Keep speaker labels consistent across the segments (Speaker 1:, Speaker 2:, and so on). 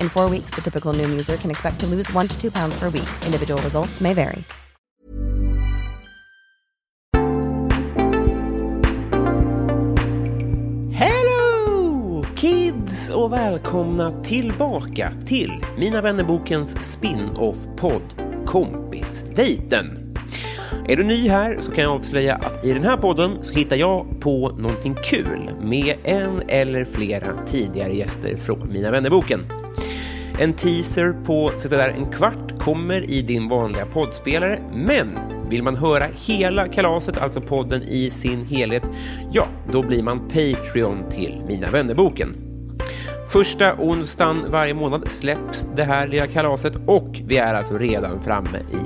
Speaker 1: In four weeks, the typical Noom user can expect to lose one to two pounds per week. Individual results may vary.
Speaker 2: Hello kids och välkomna tillbaka till Mina vännerbokens spin-off-podd Kompisdejten. Är du ny här så kan jag avslöja att i den här podden så hittar jag på någonting kul med en eller flera tidigare gäster från Mina vännerboken. En teaser på sådär en kvart kommer i din vanliga poddspelare, men vill man höra hela kalaset, alltså podden i sin helhet, ja, då blir man Patreon till Mina vännerboken. Första onsdagen varje månad släpps det här lilla kalaset och vi är alltså redan framme i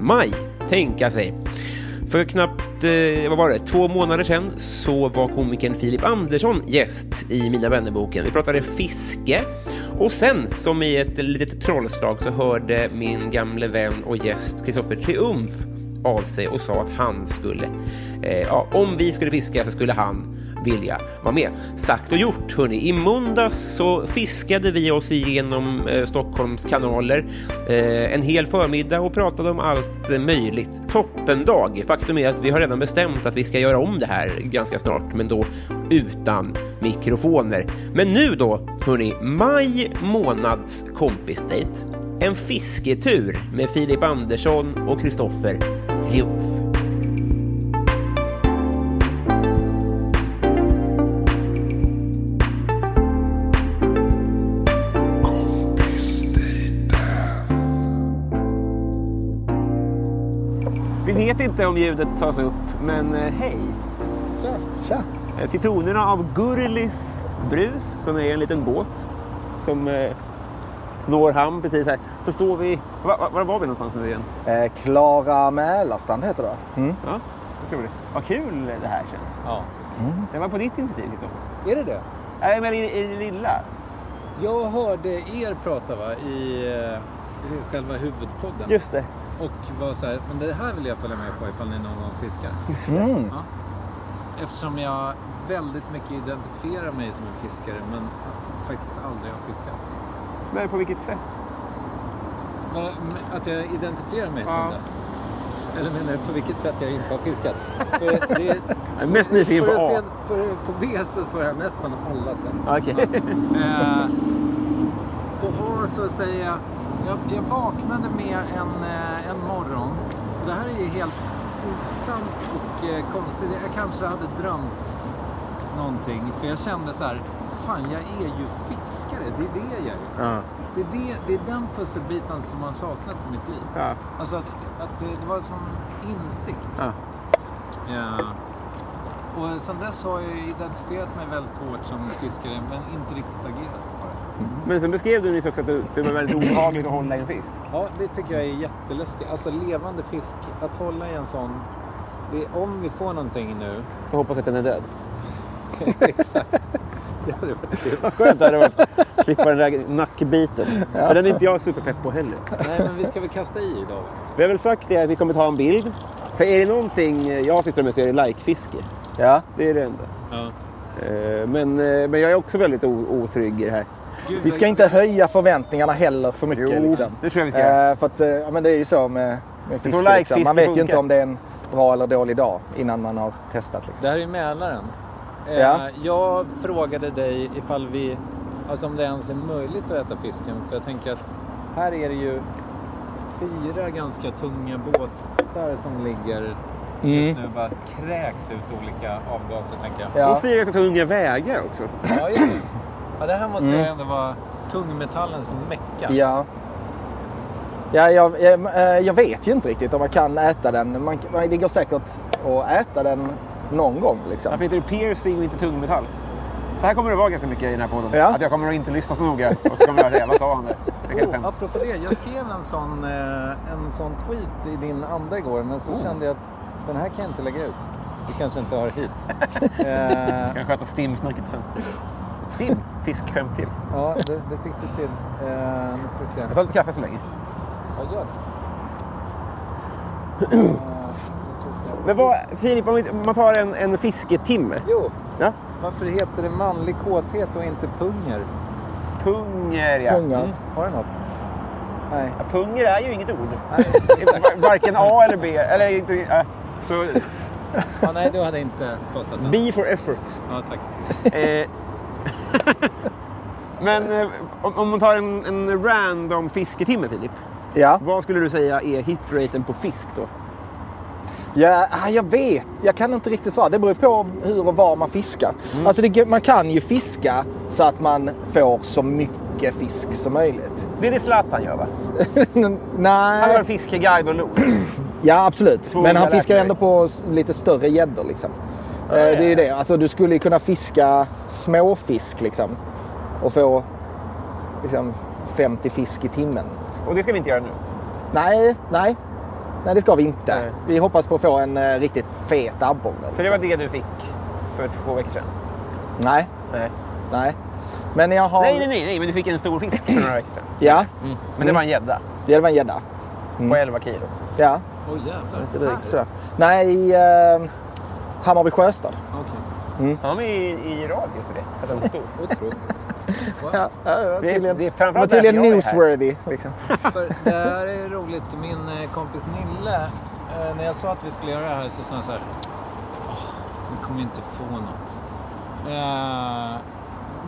Speaker 2: maj. Tänka sig. För knappt, eh, vad var det, två månader sedan så var komikern Filip Andersson gäst i Mina vännerboken. Vi pratade fiske och sen, som i ett litet trollslag, så hörde min gamle vän och gäst Kristoffer Triumf av sig och sa att han skulle, eh, ja, om vi skulle fiska så skulle han vilja vara med. Sagt och gjort, hörni. I måndags så fiskade vi oss igenom eh, Stockholms kanaler eh, en hel förmiddag och pratade om allt eh, möjligt. Toppendag! Faktum är att vi har redan bestämt att vi ska göra om det här ganska snart, men då utan mikrofoner. Men nu då, hörni, maj månads kompisdejt. En fisketur med Filip Andersson och Kristoffer Triumf. Vi vet inte om ljudet tas upp, men eh, hej! Eh, Till tonerna av Gurlis brus, som är en liten båt som eh, når hamn precis här, så står vi... Var, var var vi någonstans nu igen?
Speaker 3: Eh, Klara Mälarstrand heter det. Mm.
Speaker 2: Ja, det ska vi. Vad kul det här känns.
Speaker 4: Ja.
Speaker 2: Det var på ditt initiativ, Kristoffer.
Speaker 4: Är det det?
Speaker 2: Nej, men i, i det lilla.
Speaker 4: Jag hörde er prata va, i eh, själva huvudpodden.
Speaker 2: Just det.
Speaker 4: Och var så här, men det här vill jag följa med på ifall ni någon gång fiskar.
Speaker 3: Mm.
Speaker 4: Ja. Eftersom jag väldigt mycket identifierar mig som en fiskare men faktiskt aldrig har fiskat.
Speaker 2: Men på vilket sätt?
Speaker 4: Men- men Att jag identifierar mig
Speaker 2: Ja.
Speaker 4: som det. Eller menar du på vilket sätt jag inte har fiskat? För det,
Speaker 2: Jag är mest nyfiken på
Speaker 4: det
Speaker 2: A.
Speaker 4: sen- på, det- på B så svarar jag nästan alla sätt.
Speaker 2: Okej.
Speaker 4: Eh, på A så säger jag, jag, jag vaknade med en, eh, en morgon. Och Det här är ju helt s- sant och eh, konstigt. Jag kanske hade drömt någonting. För jag kände så här, fan jag är ju fiskare. Det är det jag är.
Speaker 2: Ja.
Speaker 4: Det är, det, det är den pusselbiten som har saknats i mitt liv.
Speaker 2: Ja.
Speaker 4: Alltså att, att det var en sån insikt.
Speaker 2: Ja.
Speaker 4: Ja. Och sen dess har jag ju identifierat mig väldigt hårt som fiskare men inte riktigt agerat på det.
Speaker 2: Men sen beskrev du nyss också att det det var väldigt obehagligt att hålla i en fisk.
Speaker 4: Ja, det tycker jag är jätteläskigt. Alltså levande fisk, att hålla i en sån. Det är, om vi får någonting nu.
Speaker 2: Så hoppas att den är död.
Speaker 4: Exakt. Det hade varit kul.
Speaker 2: Vad skönt det hade varit. Slippa den där nackbiten. För den är inte jag superpepp på heller.
Speaker 4: Nej, men vi ska väl kasta i idag? va?
Speaker 2: Vi har väl sagt det att vi kommer ta en bild. För är det någonting
Speaker 5: eh,
Speaker 2: jag sysslar med så är det likefiske.
Speaker 3: Ja.
Speaker 2: Det är det enda.
Speaker 4: Ja.
Speaker 2: Eh, Men, eh, men jag är också väldigt o- otrygg i det här.
Speaker 4: Gud,
Speaker 3: Vi ska
Speaker 4: vad-
Speaker 3: inte höja förväntningarna heller för mycket.
Speaker 2: Jo,
Speaker 3: liksom.
Speaker 2: det tror jag vi ska göra.
Speaker 3: eh, För att, eh, ja, men det är ju så med, med fiske.
Speaker 2: like
Speaker 3: liksom.
Speaker 2: fiske
Speaker 3: Man vet ju
Speaker 2: funkar.
Speaker 3: inte om det är en bra eller dålig dag innan man har testat. Liksom.
Speaker 4: Det här är Mälaren. Eh,
Speaker 3: Ja.
Speaker 4: Jag frågade dig ifall vi, alltså om det ens är möjligt att äta fisken. För jag tänker att här är det ju fyra ganska tunga båtar som ligger
Speaker 3: Mm.
Speaker 4: just nu bara kräks ut olika avgaser tänker jag.
Speaker 3: Ja.
Speaker 5: Och fyra ganska tunga vägar också.
Speaker 4: Ja, just det. Ja, det här måste ju ändå vara tungmetallens mecka.
Speaker 3: Mm. Ja. Ja, jag, jag, eh, jag vet ju inte riktigt om man kan äta den. Man, man- det går säkert att äta den någon gång. Liksom.
Speaker 5: Varför heter det piercing och inte tungmetall? Så här kommer det vara ganska mycket i den här podden.
Speaker 3: Ja.
Speaker 5: Att jag kommer att inte lyssna så noga och så kommer jag säga, vad sa han? där?" Det är helt
Speaker 4: Oh,
Speaker 5: hemskt.
Speaker 4: apropå det, jag skrev en sån, eh, en sån tweet i din anda igår men
Speaker 3: Oh.
Speaker 4: så kände jag att den här kan jag inte lägga ut. Det kanske inte hör hit. Eh,
Speaker 5: Jag kan sköta stimsnacket sen. Stim? Fiskskämt till.
Speaker 4: ja, det, det fick du till. Eh, nu ska vi se.
Speaker 5: Jag tar lite kaffe så länge.
Speaker 4: Ja, gör det.
Speaker 5: Men vad, Filip, om vi- om man tar en, en fisketimme.
Speaker 4: Jo,
Speaker 5: Ja.
Speaker 4: varför heter det manlig kåthet och inte punger? Mm.
Speaker 5: Punger, ja.
Speaker 3: Pungar.
Speaker 4: Har det något? Nej.
Speaker 5: Ja, Punger är ju inget ord. Det är var- Varken A eller B. Eller inte... ja. Så
Speaker 4: Ja, nej, du hade inte postat den.
Speaker 5: B for effort.
Speaker 4: Ja, tack.
Speaker 5: Eh, Men eh, om, om man tar en, en random fisketimme, Filip.
Speaker 3: Ja.
Speaker 5: Vad skulle du säga är hitraten på fisk då?
Speaker 3: Ja, ah, jag vet. Jag kan inte riktigt svara. Det beror på hur och var man fiskar.
Speaker 5: Mm.
Speaker 3: Alltså det, g- man kan ju fiska så att man får så mycket fisk som möjligt.
Speaker 5: Det är det Zlatan gör va? Han har
Speaker 3: Nej.
Speaker 5: en fiskeguide och lod.
Speaker 3: Ja, absolut.
Speaker 5: Alltså, Två
Speaker 3: Men han
Speaker 5: olika
Speaker 3: fiskar ju ändå
Speaker 5: räkor.
Speaker 3: på s- lite större gäddor. Liksom. Eh, Det är ju det. Alltså, du skulle ju kunna fiska småfisk liksom, och få liksom, 50 fisk i timmen.
Speaker 5: Och det ska vi inte göra nu.
Speaker 3: Nej, nej. Nej, det ska vi inte.
Speaker 5: Nej.
Speaker 3: Vi hoppas på att få en eh, riktigt fet abborre.
Speaker 5: För det
Speaker 3: liksom.
Speaker 5: var det du fick för två veckor sedan.
Speaker 3: Nej,
Speaker 5: Nej.
Speaker 3: nej. Men jag har...
Speaker 5: Nej, nej, nej, nej, men du fick en stor fisk för några veckor sedan.
Speaker 3: Ja, Mm.
Speaker 5: Men det var en gädda
Speaker 3: det var en gädda.
Speaker 5: på 11 kilo.
Speaker 3: Ja,
Speaker 4: Åh jävlar.
Speaker 3: lite drygt sådär. Nej, i eh, Hammarby Sjöstad.
Speaker 4: Okej,
Speaker 5: Han var ju i, i radio för det, att han var stor.
Speaker 4: otroligt.
Speaker 3: Ja, det var tydligen,
Speaker 5: det är
Speaker 3: det
Speaker 5: framförallt
Speaker 3: var tydligen
Speaker 5: därför jag är här.
Speaker 3: newsworthy. Liksom.
Speaker 4: För det här är roligt. Min eh, kompis Nille, eh, när jag sa att vi skulle göra det här så sa han så här. "Åh, vi kommer inte få något. Eh,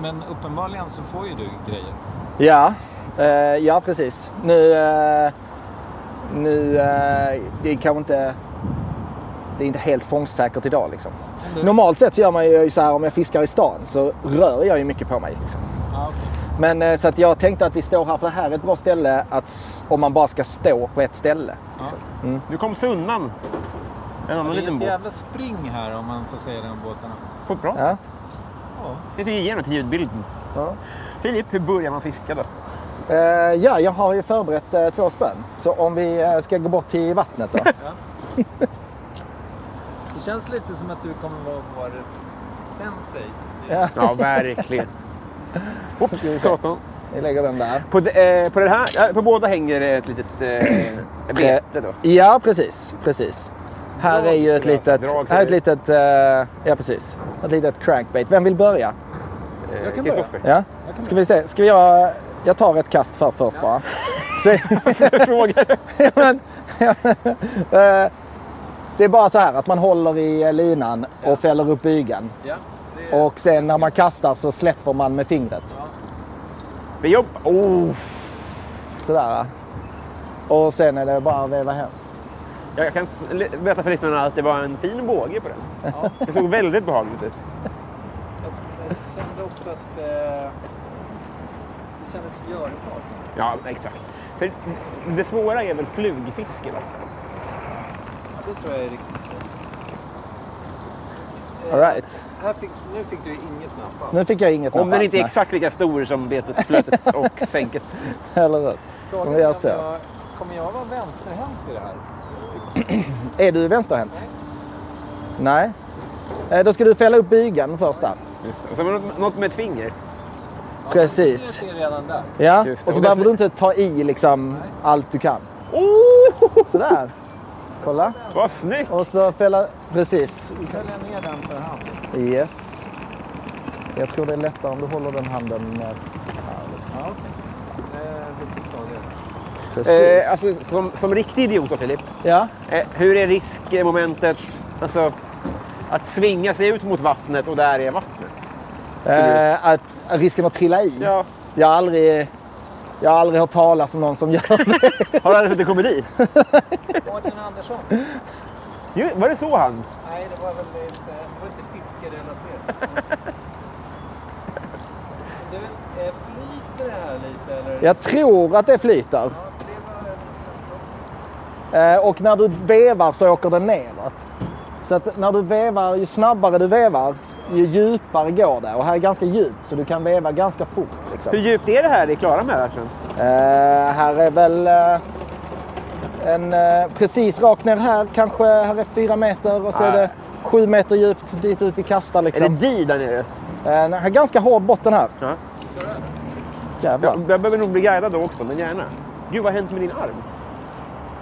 Speaker 4: men uppenbarligen så får ju du grejer.
Speaker 3: Ja, eh, ja precis. Nu... eh, nu eh, det är kanske inte... Det är inte helt fångstsäkert idag liksom. Normalt sett så gör man ju så här om jag fiskar i stan så rör jag ju mycket på mig. Liksom.
Speaker 4: Ah, okay.
Speaker 3: Men eh, så att jag tänkte att vi står här för det här är ett bra ställe att, s- om man bara ska stå på ett ställe. Liksom.
Speaker 5: Nu kom Sunnan. En annan
Speaker 4: Det är
Speaker 5: liten
Speaker 4: ett
Speaker 5: båt.
Speaker 4: jävla spring här om man får säga det om båtarna.
Speaker 5: På ett bra sätt.
Speaker 3: Ja.
Speaker 5: Jag tycker ge något till ljudbilden.
Speaker 3: Ja.
Speaker 5: Filip, hur börjar man fiska då?
Speaker 3: Eh, ja, jag har ju förberett eh, två spön. Så om vi eh, ska gå bort till vattnet då.
Speaker 4: Det känns lite som att du kommer vara vår sensei.
Speaker 5: Ja, verkligen. Oops, satan.
Speaker 3: Vi lägger den där.
Speaker 5: På, de, eh, på, den här, ja, på båda hänger ett litet eh, bete då.
Speaker 3: Ja, precis. precis. Här
Speaker 5: Drag
Speaker 3: är ju ett
Speaker 5: skulle jag säga.
Speaker 3: litet...
Speaker 5: Drag
Speaker 3: Här är ett
Speaker 5: till
Speaker 3: litet eh, ja, precis. Ett litet crankbait. Vem vill börja?
Speaker 5: Jag
Speaker 4: kan
Speaker 3: Ja. Ska vi se. Ska vi göra... Jag tar ett kast för först bara. Se.
Speaker 5: frågar.
Speaker 3: Ja, men, ja, men, eh, det är bara så här att man håller i eh, linan och fäller upp bygeln.
Speaker 4: Ja, det är...
Speaker 3: Och sen när man kastar så släpper man med fingret.
Speaker 5: Men jobb. Oh,
Speaker 3: Sådär. va. Och sen är det bara att veva hem.
Speaker 5: jag kan s- le- berätta för lyssnarna att det var en fin båge på den. Det såg väldigt behagligt ut.
Speaker 4: Jag kände också att eh, det kändes görbart.
Speaker 5: Ja, exakt. För det svåra är väl flugfiske? Va?
Speaker 4: Ja, det tror jag är riktigt svårt.
Speaker 3: All right.
Speaker 4: Här fick, nu fick du ju inget napp alls.
Speaker 3: Nu fick jag inget
Speaker 5: Om den
Speaker 3: napp
Speaker 5: inte är
Speaker 3: alls,
Speaker 5: exakt lika stor som betet, flötet och sänket.
Speaker 3: nej. Eller hur?
Speaker 4: Frågan
Speaker 3: vi
Speaker 4: är
Speaker 3: gör
Speaker 4: om
Speaker 3: så.
Speaker 4: jag, kommer jag vara vänsterhänt i det här?
Speaker 3: Är du vänsterhänt? Nej. Eh, Då ska du fälla upp bygeln först där.
Speaker 5: Och sen var det något- något med ett finger.
Speaker 3: Precis.
Speaker 4: Jag ser redan där.
Speaker 3: Ja.
Speaker 5: Just det.
Speaker 3: Och
Speaker 5: Och
Speaker 3: så behöver
Speaker 5: det-
Speaker 3: du inte ta i liksom allt du kan.
Speaker 5: Oh!
Speaker 3: Sådär. Kolla.
Speaker 5: Vad snyggt! Eh,
Speaker 3: Och så fälla... Precis.
Speaker 4: Nu fäller jag ner den för hand.
Speaker 3: Yes. Jag tror det är lättare om du håller den handen. eh, här, liksom.
Speaker 4: Ja, okej. Eh, lite svagare.
Speaker 3: Precis.
Speaker 5: Eh, alltså, som, som riktig idiot då, Filip.
Speaker 3: ja.
Speaker 5: Eh, hur är riskmomentet? Alltså, att svinga sig ut mot vattnet och där är vattnet.
Speaker 3: Eh, att risken att trilla i.
Speaker 5: Ja.
Speaker 3: Jag har aldrig... Jag har aldrig hört talas om någon som gör det.
Speaker 5: Har du aldrig sett en komedi?
Speaker 4: Martin Andersson?
Speaker 5: Ju- Var det så han?
Speaker 4: Nej, det var väl inte, det var inte fiskerelaterat. Men Du, eh, flyter det här lite eller?
Speaker 3: Jag tror att det flyter.
Speaker 4: Ja, för det var
Speaker 3: Eh, Och när du vevar så åker den neråt. Så att när du vevar, ju snabbare du vevar, ju djupare går det. Och här är ganska djupt, så du kan veva ganska fort. Liksom.
Speaker 5: Hur djupt är det här i Klara med verkligen?
Speaker 3: Eh, här är väl eh, en, eh, precis rakt ner här kanske. Här är fyra meter och så är
Speaker 5: Nej.
Speaker 3: det sju meter djupt dit ut vi kastar.
Speaker 5: Är det
Speaker 3: Liksom.
Speaker 5: di där nere?
Speaker 3: Eh, nej, här är ganska hård botten här.
Speaker 5: Ja.
Speaker 3: Jävlar.
Speaker 5: Jag, jag behöver nog bli guidad då också, men gärna. Gud, vad har hänt med din arm?
Speaker 4: eh,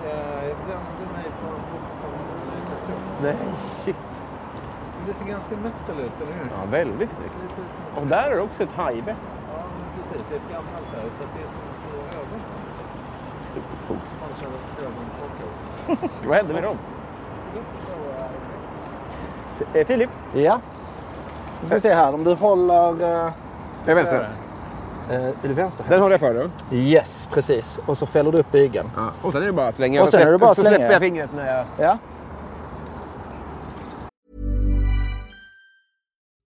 Speaker 4: Jag brände mig på en kastrull.
Speaker 5: Nej, shit.
Speaker 4: Men Det ser ganska metal ut, eller hur?
Speaker 5: Ja, väldigt snyggt.
Speaker 4: Det ser ut som-
Speaker 5: Och där är det också ett hajbett.
Speaker 4: Ja, men precis. Det är ett gammalt där, så att det är som två ögon. Man kör ögonkaka.
Speaker 5: Vad hände med dem? Eh, Filip?
Speaker 3: Ja. Nu ska vi se här. Om du håller... eh,
Speaker 5: Jag vänster.
Speaker 3: eh, är du vänster?
Speaker 5: Den håller jag för då.
Speaker 3: Yes, precis. Och så fäller du upp bygeln.
Speaker 5: Ja. Och sen är det bara att slänga.
Speaker 3: Och sen är det bara att
Speaker 5: så
Speaker 3: slänga,
Speaker 5: släpper
Speaker 3: ja.
Speaker 5: jag fingret när jag...
Speaker 3: Ja.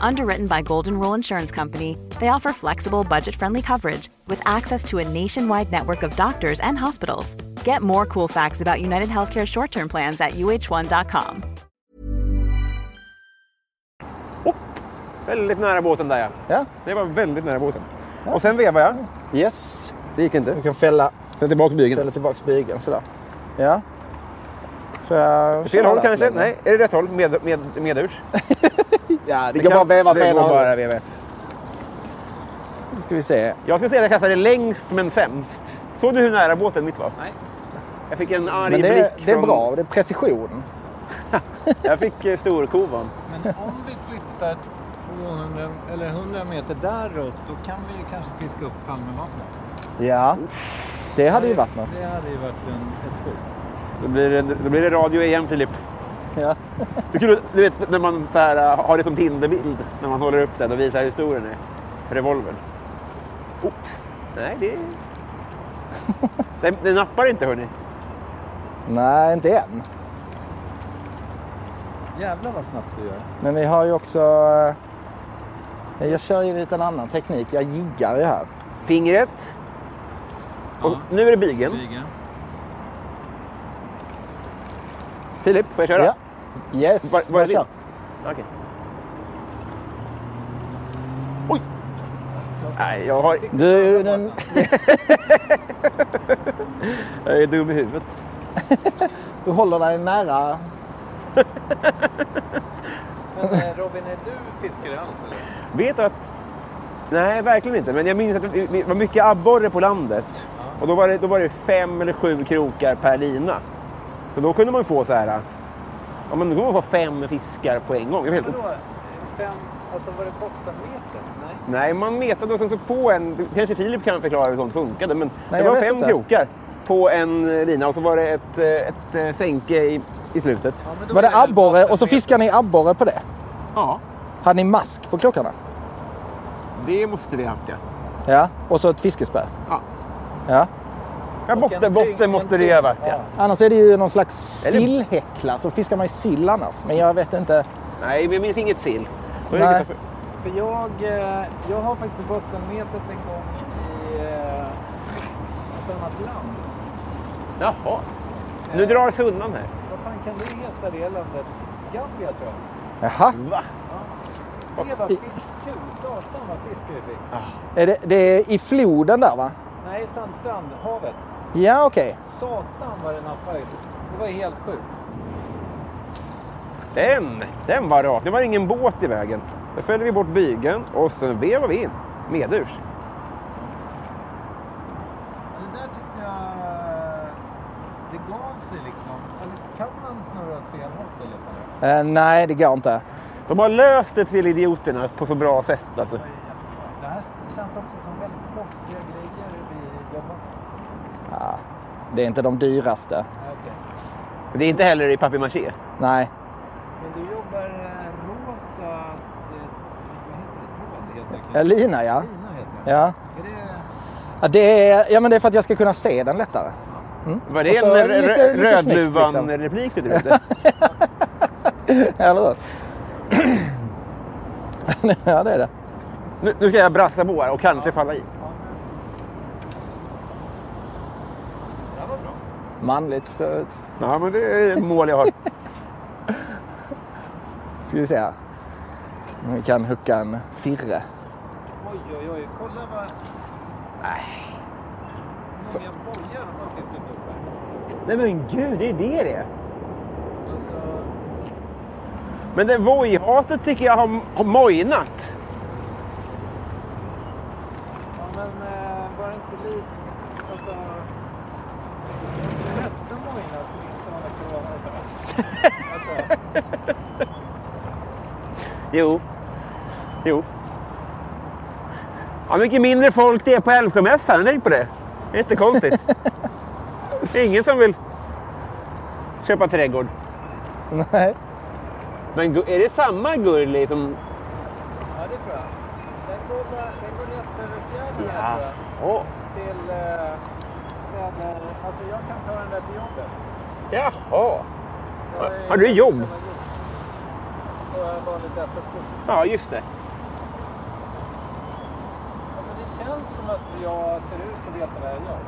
Speaker 6: Underwritten by Golden Rule Insurance Company, they offer flexible, budget friendly coverage with access to a nationwide network of doctors and hospitals. Get more cool facts about United Healthcare short term plans at uh1.com.
Speaker 5: Väldigt nära båten där ja.
Speaker 3: Ja.
Speaker 5: Det var väldigt nära båten. Och sen vevar jag.
Speaker 3: Yes.
Speaker 5: Det gick inte.
Speaker 3: Du kan fälla,
Speaker 5: Sen tillbaka
Speaker 3: fälla
Speaker 5: bygeln.
Speaker 3: tillbaka bygeln sådär. Ja. Får jag
Speaker 5: Fel
Speaker 3: köra
Speaker 5: håll
Speaker 3: där så
Speaker 5: kanske?
Speaker 3: länge?
Speaker 5: Nej, är det rätt håll? Med, med, medurs?
Speaker 3: Ja, det, går bara att veva
Speaker 5: Det
Speaker 3: fel
Speaker 5: går
Speaker 3: håll.
Speaker 5: bara att veva.
Speaker 3: Nu ska vi se.
Speaker 5: Jag skulle säga att jag kastade längst men sämst. Såg du hur nära båten mitt var?
Speaker 4: Nej.
Speaker 5: Jag fick en arg
Speaker 3: Men det, är-
Speaker 5: blick
Speaker 3: det är
Speaker 5: från...
Speaker 3: bra. Det är precision.
Speaker 5: Jag fick eh, storkovan.
Speaker 4: Men om vi flyttar 200 eller 100 meter däråt, då kan vi ju kanske fiska upp Palmevattnet.
Speaker 3: Ja. Det hade ju varit något.
Speaker 4: Det hade ju varit en, ett skog.
Speaker 5: Då blir, det, då blir det radio igen Filip.
Speaker 3: Ja.
Speaker 5: Det är kul, du vet när man så här, äh, har det som Tinderbild. När man håller upp den och visar hur stor den är. Revolvern. Oops. Nej, det... Den, den nappar inte hörni.
Speaker 3: Nej, inte än.
Speaker 4: Jävlar vad snabbt du gör.
Speaker 3: Men vi har ju också... eh, Jag kör ju lite en annan teknik. Jag jiggar ju här.
Speaker 5: Fingret. Och nu är det bygeln.
Speaker 4: Flyga.
Speaker 5: Filip, får jag köra?
Speaker 3: Ja. Yes,
Speaker 5: Vad- vad är
Speaker 3: jag kör.
Speaker 5: Okej. Oj! Nej, jag, har,
Speaker 3: Du är ju den...
Speaker 5: jag är dum i huvudet.
Speaker 3: Du håller dig nära.
Speaker 4: Men eh, Robin, är du fiskare alls eller?
Speaker 5: Vet du att... Nej, verkligen inte. Men jag minns att det det var mycket abborre på landet. Och då var, det, då var det fem eller sju krokar per lina. Så då kunde man få så här... Ja, men då kunde man få fem fiskar på en gång. Det var helt
Speaker 4: Vadå? Fem, alltså var det bottenmeter? Nej.
Speaker 5: Nej, man metade och sen så på en... Kanske Filip kan förklara hur sånt funkade, men
Speaker 3: Nej,
Speaker 5: det
Speaker 3: jag
Speaker 5: var
Speaker 3: vet
Speaker 5: fem
Speaker 3: inte.
Speaker 5: krokar på en lina och så var det ett, eh, ett eh, sänke i, i slutet.
Speaker 4: Ja, men då
Speaker 3: Var det
Speaker 4: är väl
Speaker 3: abborre? Och så
Speaker 4: bottenmeter.
Speaker 3: fiskar ni abborre på det?
Speaker 5: Ja,
Speaker 3: Hade ni mask på krokarna?
Speaker 5: det måste vi haft ja.
Speaker 3: Ja. Och så ett fiskespö?
Speaker 5: Ja.
Speaker 3: Ja.
Speaker 5: ja
Speaker 4: Och en
Speaker 5: botten,
Speaker 4: tyngd-
Speaker 5: botten
Speaker 4: en
Speaker 5: måste det
Speaker 4: tyngd.
Speaker 5: ha varit ja.
Speaker 3: Annars är det ju någon slags
Speaker 5: Eller-
Speaker 3: sillhäckla. Så fiskar man ju sill annars. Men jag vet inte.
Speaker 5: Nej, men jag minns inget sill. Då är det
Speaker 3: Nej.
Speaker 5: ungefär för-
Speaker 4: För jag, eh, jag har faktiskt bottenmetet en gång i eh, ett annat land.
Speaker 5: Jaha. Nu drar sig undan här.
Speaker 4: Vad fan kan det heta det landet? Gambia tror jag.
Speaker 3: Jaha.
Speaker 5: Va?
Speaker 4: Det var fiskkul. Satan vad fisk vi fick.
Speaker 3: Är det, det är i floden där va?
Speaker 4: Nej, sandstrand. Havet.
Speaker 3: Ja, okej.
Speaker 4: Satan vad den nappade. Det var helt sjukt.
Speaker 5: Den, den var rak. Det var ingen båt i vägen. Då följde vi bort bygeln och sen vevar vi in medurs.
Speaker 4: Men Det där tyckte jag... Det gav sig liksom. Eller kan man snurra åt fel håll Filip? eller?
Speaker 3: Eh, nej, det går inte.
Speaker 5: De har löst det till idioterna på så bra sätt alltså.
Speaker 4: Det här känns också som väldigt proffsiga grejer vi jobbar med.
Speaker 3: Ja, det är inte de dyraste.
Speaker 4: Ja, okej.
Speaker 5: Men det är inte heller i papier-maché.
Speaker 3: Nej.
Speaker 4: Men du jobbar eh, rosa... eh, Vad heter det? Tråd heter det.
Speaker 3: Ja, Eh, Lina ja.
Speaker 4: Lina heter det.
Speaker 3: Ja.
Speaker 4: Är det...
Speaker 3: Ja, det är, ja, men det är för att jag ska kunna se den lättare.
Speaker 5: Var
Speaker 3: Och
Speaker 5: det en
Speaker 3: så
Speaker 5: rö-
Speaker 3: lite-
Speaker 5: rö-
Speaker 3: lite snyggt, liksom.
Speaker 5: Rödluvan-replik du drog?
Speaker 3: Eller hur? ja, det är det.
Speaker 5: nu, nu ska jag brassa på här och kanske falla i.
Speaker 3: Manligt. Så
Speaker 5: Ja, men det är ett mål jag har.
Speaker 3: ska vi se här. Om vi kan hucka en firre.
Speaker 4: Oj, oj, oj. Kolla vad... Nej. Många bojar de har fiskat upp här.
Speaker 5: Nej men gud, det är det det är.
Speaker 4: Alltså...
Speaker 5: Men det vojhatet tycker jag har, har mojnat.
Speaker 4: Ja, men eh, var det inte lite... Alltså... Nästa månad som inte har corona. Alltså,
Speaker 5: Jo. Jo. Ja, mycket mindre folk det är på Älvsjömässan, har ni tänkt på det? Det är inte konstigt. det är ingen som vill köpa trädgård.
Speaker 3: Nej.
Speaker 5: Men gu- är det samma Gurli som...
Speaker 4: ja, det tror jag. Den går, bara, den går rätt över fjärden här, tror jag.
Speaker 5: Åh.
Speaker 4: Till eh, söder... Alltså, jag kan ta den där till jobbet.
Speaker 5: Jaha.
Speaker 4: Jag är-
Speaker 5: Har du jobb?
Speaker 4: Jag har vanligt SL-kort.
Speaker 5: Ja, just det.
Speaker 4: Alltså, det känns som att jag ser ut att veta vad jag gör.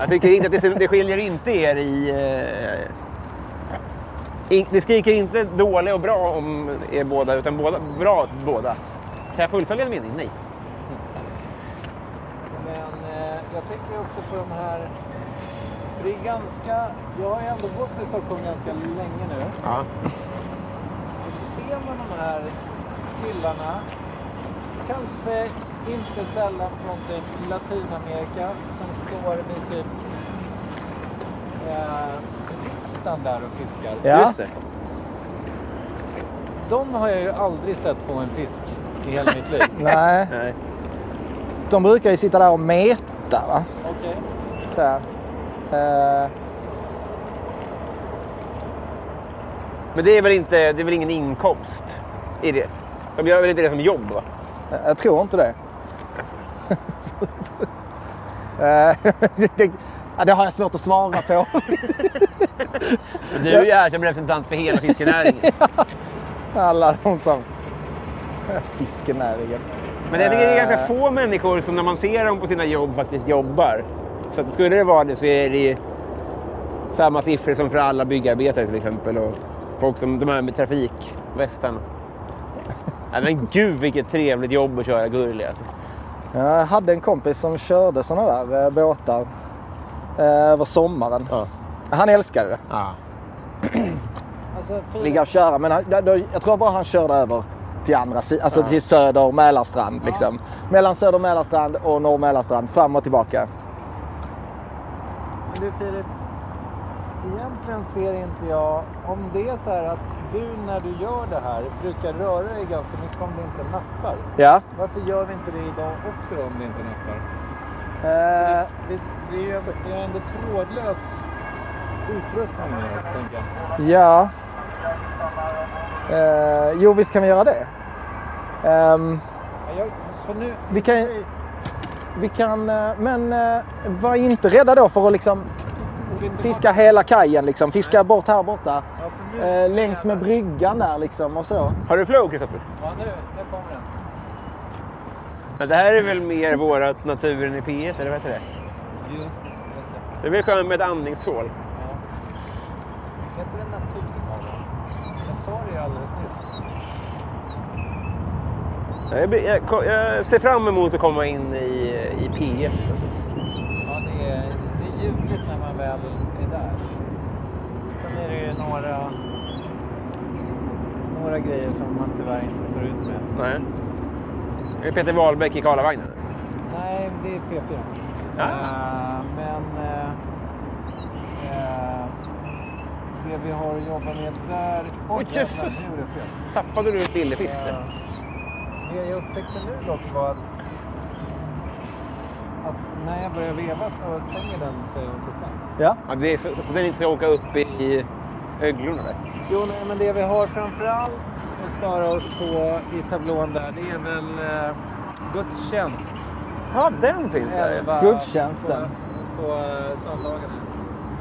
Speaker 5: Jag tycker inte att det, ser- det skiljer inte er i... Eh, in, det skriker inte dålig och bra om er båda, utan båda, bra åt båda. Kan jag fullfölja en mening? Nej.
Speaker 4: Men eh, jag tänker också på de här... för Det är ganska... Jag har ju ändå bott i Stockholm ganska länge nu.
Speaker 5: Ja.
Speaker 4: Och så ser man de här killarna. Kanske inte sällan från typ Latinamerika som står vid typ eh, riksdagen där och fiskar.
Speaker 3: Ja.
Speaker 5: Just det.
Speaker 4: De har jag ju aldrig sett få en fisk i hela mitt liv.
Speaker 3: Nej.
Speaker 5: Nej.
Speaker 3: De brukar ju sitta där och meta va?
Speaker 4: Okej.
Speaker 3: Så här. Eh,
Speaker 5: Men det är väl, inte, det är väl ingen inkomst i det? De gör väl inte det som jobb? Va?
Speaker 3: jag tror inte det. Eh, det, det, ja, det har jag svårt att svara på.
Speaker 5: Du är ju här som representant för hela fiskenäringen.
Speaker 3: Alla de som... Fiskenäringen.
Speaker 5: Men jag tycker det är ganska
Speaker 3: Eh.
Speaker 5: få människor som när man ser dem på sina jobb faktiskt jobbar. Så att skulle det vara det så är det ju samma siffror som för alla byggarbetare till exempel. Och folk som de här med trafikvästarna. Nej men gud vilket trevligt jobb att köra Gurli alltså.
Speaker 3: Jag Eh, hade en kompis som körde sådana där eh, båtar eh, över sommaren. Han älskade det.
Speaker 4: Alltså, fina-
Speaker 3: Ligga och köra. Men han, då- då, jag tror bara han körde över till andra sidan, alltså till söder Mälarstrand. Liksom. Mellan söder Mälarstrand och norr Mälarstrand. Fram och tillbaka.
Speaker 4: Men du Filip, egentligen ser inte jag, om det är så här att du när du gör det här brukar röra dig ganska mycket om det inte nappar.
Speaker 3: Ja.
Speaker 4: Varför gör vi inte det idag också då om det inte nappar?
Speaker 3: Eh,
Speaker 4: Vi, vi är ju ändå- vi har ändå trådlös utrustning med oss, tänker jag.
Speaker 3: ja. Eh, jo, visst kan vi göra det. Ehm,
Speaker 4: Men jag för nu,
Speaker 3: Vi kan... Vi kan eh, men eh, var inte rädda då för att liksom
Speaker 4: Flytta
Speaker 3: fiska hela kajen. Liksom. Fiska bort här borta.
Speaker 4: ja, för nu,
Speaker 3: Eh, längs med bryggan där liksom och så.
Speaker 5: Har du flow Kristoffer?
Speaker 4: ja, nu, nu kommer den.
Speaker 5: Men det här är väl mer vårat Naturen i P1 eller vad heter det?
Speaker 4: Just det, just det.
Speaker 5: Det blir skönt med ett andningshål.
Speaker 4: Ja. alldeles nyss.
Speaker 5: Jag, blir- jag, ko- jag ser fram emot att komma in i, i P1. Alltså.
Speaker 4: Ja, det är, det är ljuvligt när man väl är där. Sen är det ju några, några grejer som man tyvärr inte står ut med.
Speaker 5: Nej. Är det Peter Wahlbeck i Karlavagnen?
Speaker 4: Nej, det är P4.
Speaker 5: Ja.
Speaker 4: Eh, men eh, eh, det vi har att jobba med där... Oj, jävlar,
Speaker 5: jösses.
Speaker 4: nu gjorde jag fel.
Speaker 5: Tappade du ett lillefisk?
Speaker 4: Eh, Det jag upptäckte nu dock var att, att när jag börjar veva så stänger den sig av sig själv.
Speaker 3: Ja.
Speaker 5: Ja, det är så, så att den inte ska åka upp i, i öglorna där.
Speaker 4: Jo, nej, men det vi har framförallt att störa oss på i tablån där, det är väl eh, gudstjänst.
Speaker 5: Ja, den finns där.
Speaker 4: Elva
Speaker 3: Gudstjänsten.
Speaker 4: På, på eh, söndagarna.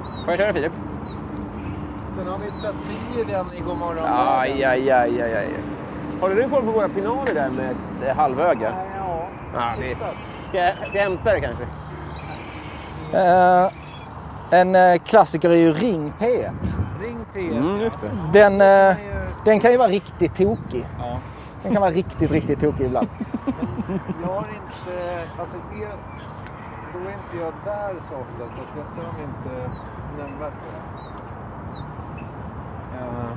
Speaker 5: Får jag köra Filip?
Speaker 4: Sen har vi satiren i Gomorron.
Speaker 5: Aj, aj, aj, aj, aj. Håller du koll på våra pinaler där med ett eh, halvöga?
Speaker 4: Ja,
Speaker 5: Ja, det-
Speaker 4: hyfsat.
Speaker 5: Ska jag, ska jag hämta det kanske?
Speaker 3: Eh, en eh, klassiker är ju Ring P1.
Speaker 4: Ring P1.
Speaker 5: Mm, just det.
Speaker 3: Den, eh, den kan ju vara riktigt tokig.
Speaker 4: Ja.
Speaker 3: Den kan vara riktigt, riktigt tokig ibland.
Speaker 4: Jag har inte... Alltså, det, då är inte jag där så ofta så att jag stör mig inte nämnvärt på det. Eh,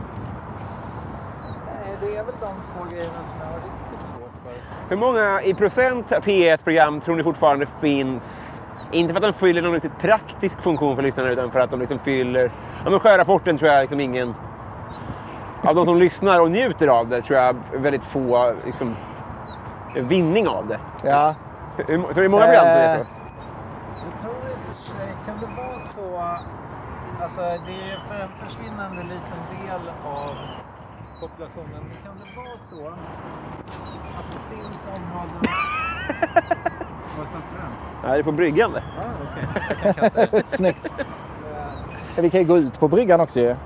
Speaker 4: Nej, det är väl de två grejerna som jag har riktigt svårt för.
Speaker 5: Hur många i procent P1-program tror ni fortfarande finns? Inte för att de fyller någon riktigt praktisk funktion för lyssnarna utan för att de liksom fyller... Ja, men sjörapporten tror jag liksom ingen... Av de som lyssnar och njuter av det tror jag väldigt få liksom, vinning av det. Eh.
Speaker 3: Ja.
Speaker 5: Hur, hur, tror du det är många program som är så?
Speaker 4: Jag tror i och för sig, kan det vara så... Alltså det är ju för en försvinnande liten del av populationen. Men kan det vara så att det finns områden... Vad satte du den?
Speaker 5: Ja, det är på bryggan det.
Speaker 4: Ah, okej. Jag kan kasta den.
Speaker 3: Snyggt. Ja, Vi kan ju gå ut på bryggan också ju.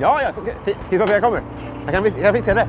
Speaker 5: Ja, ja. så- Fi- Kristoffer, jag kommer. Jag kan, vis- jag fixar det.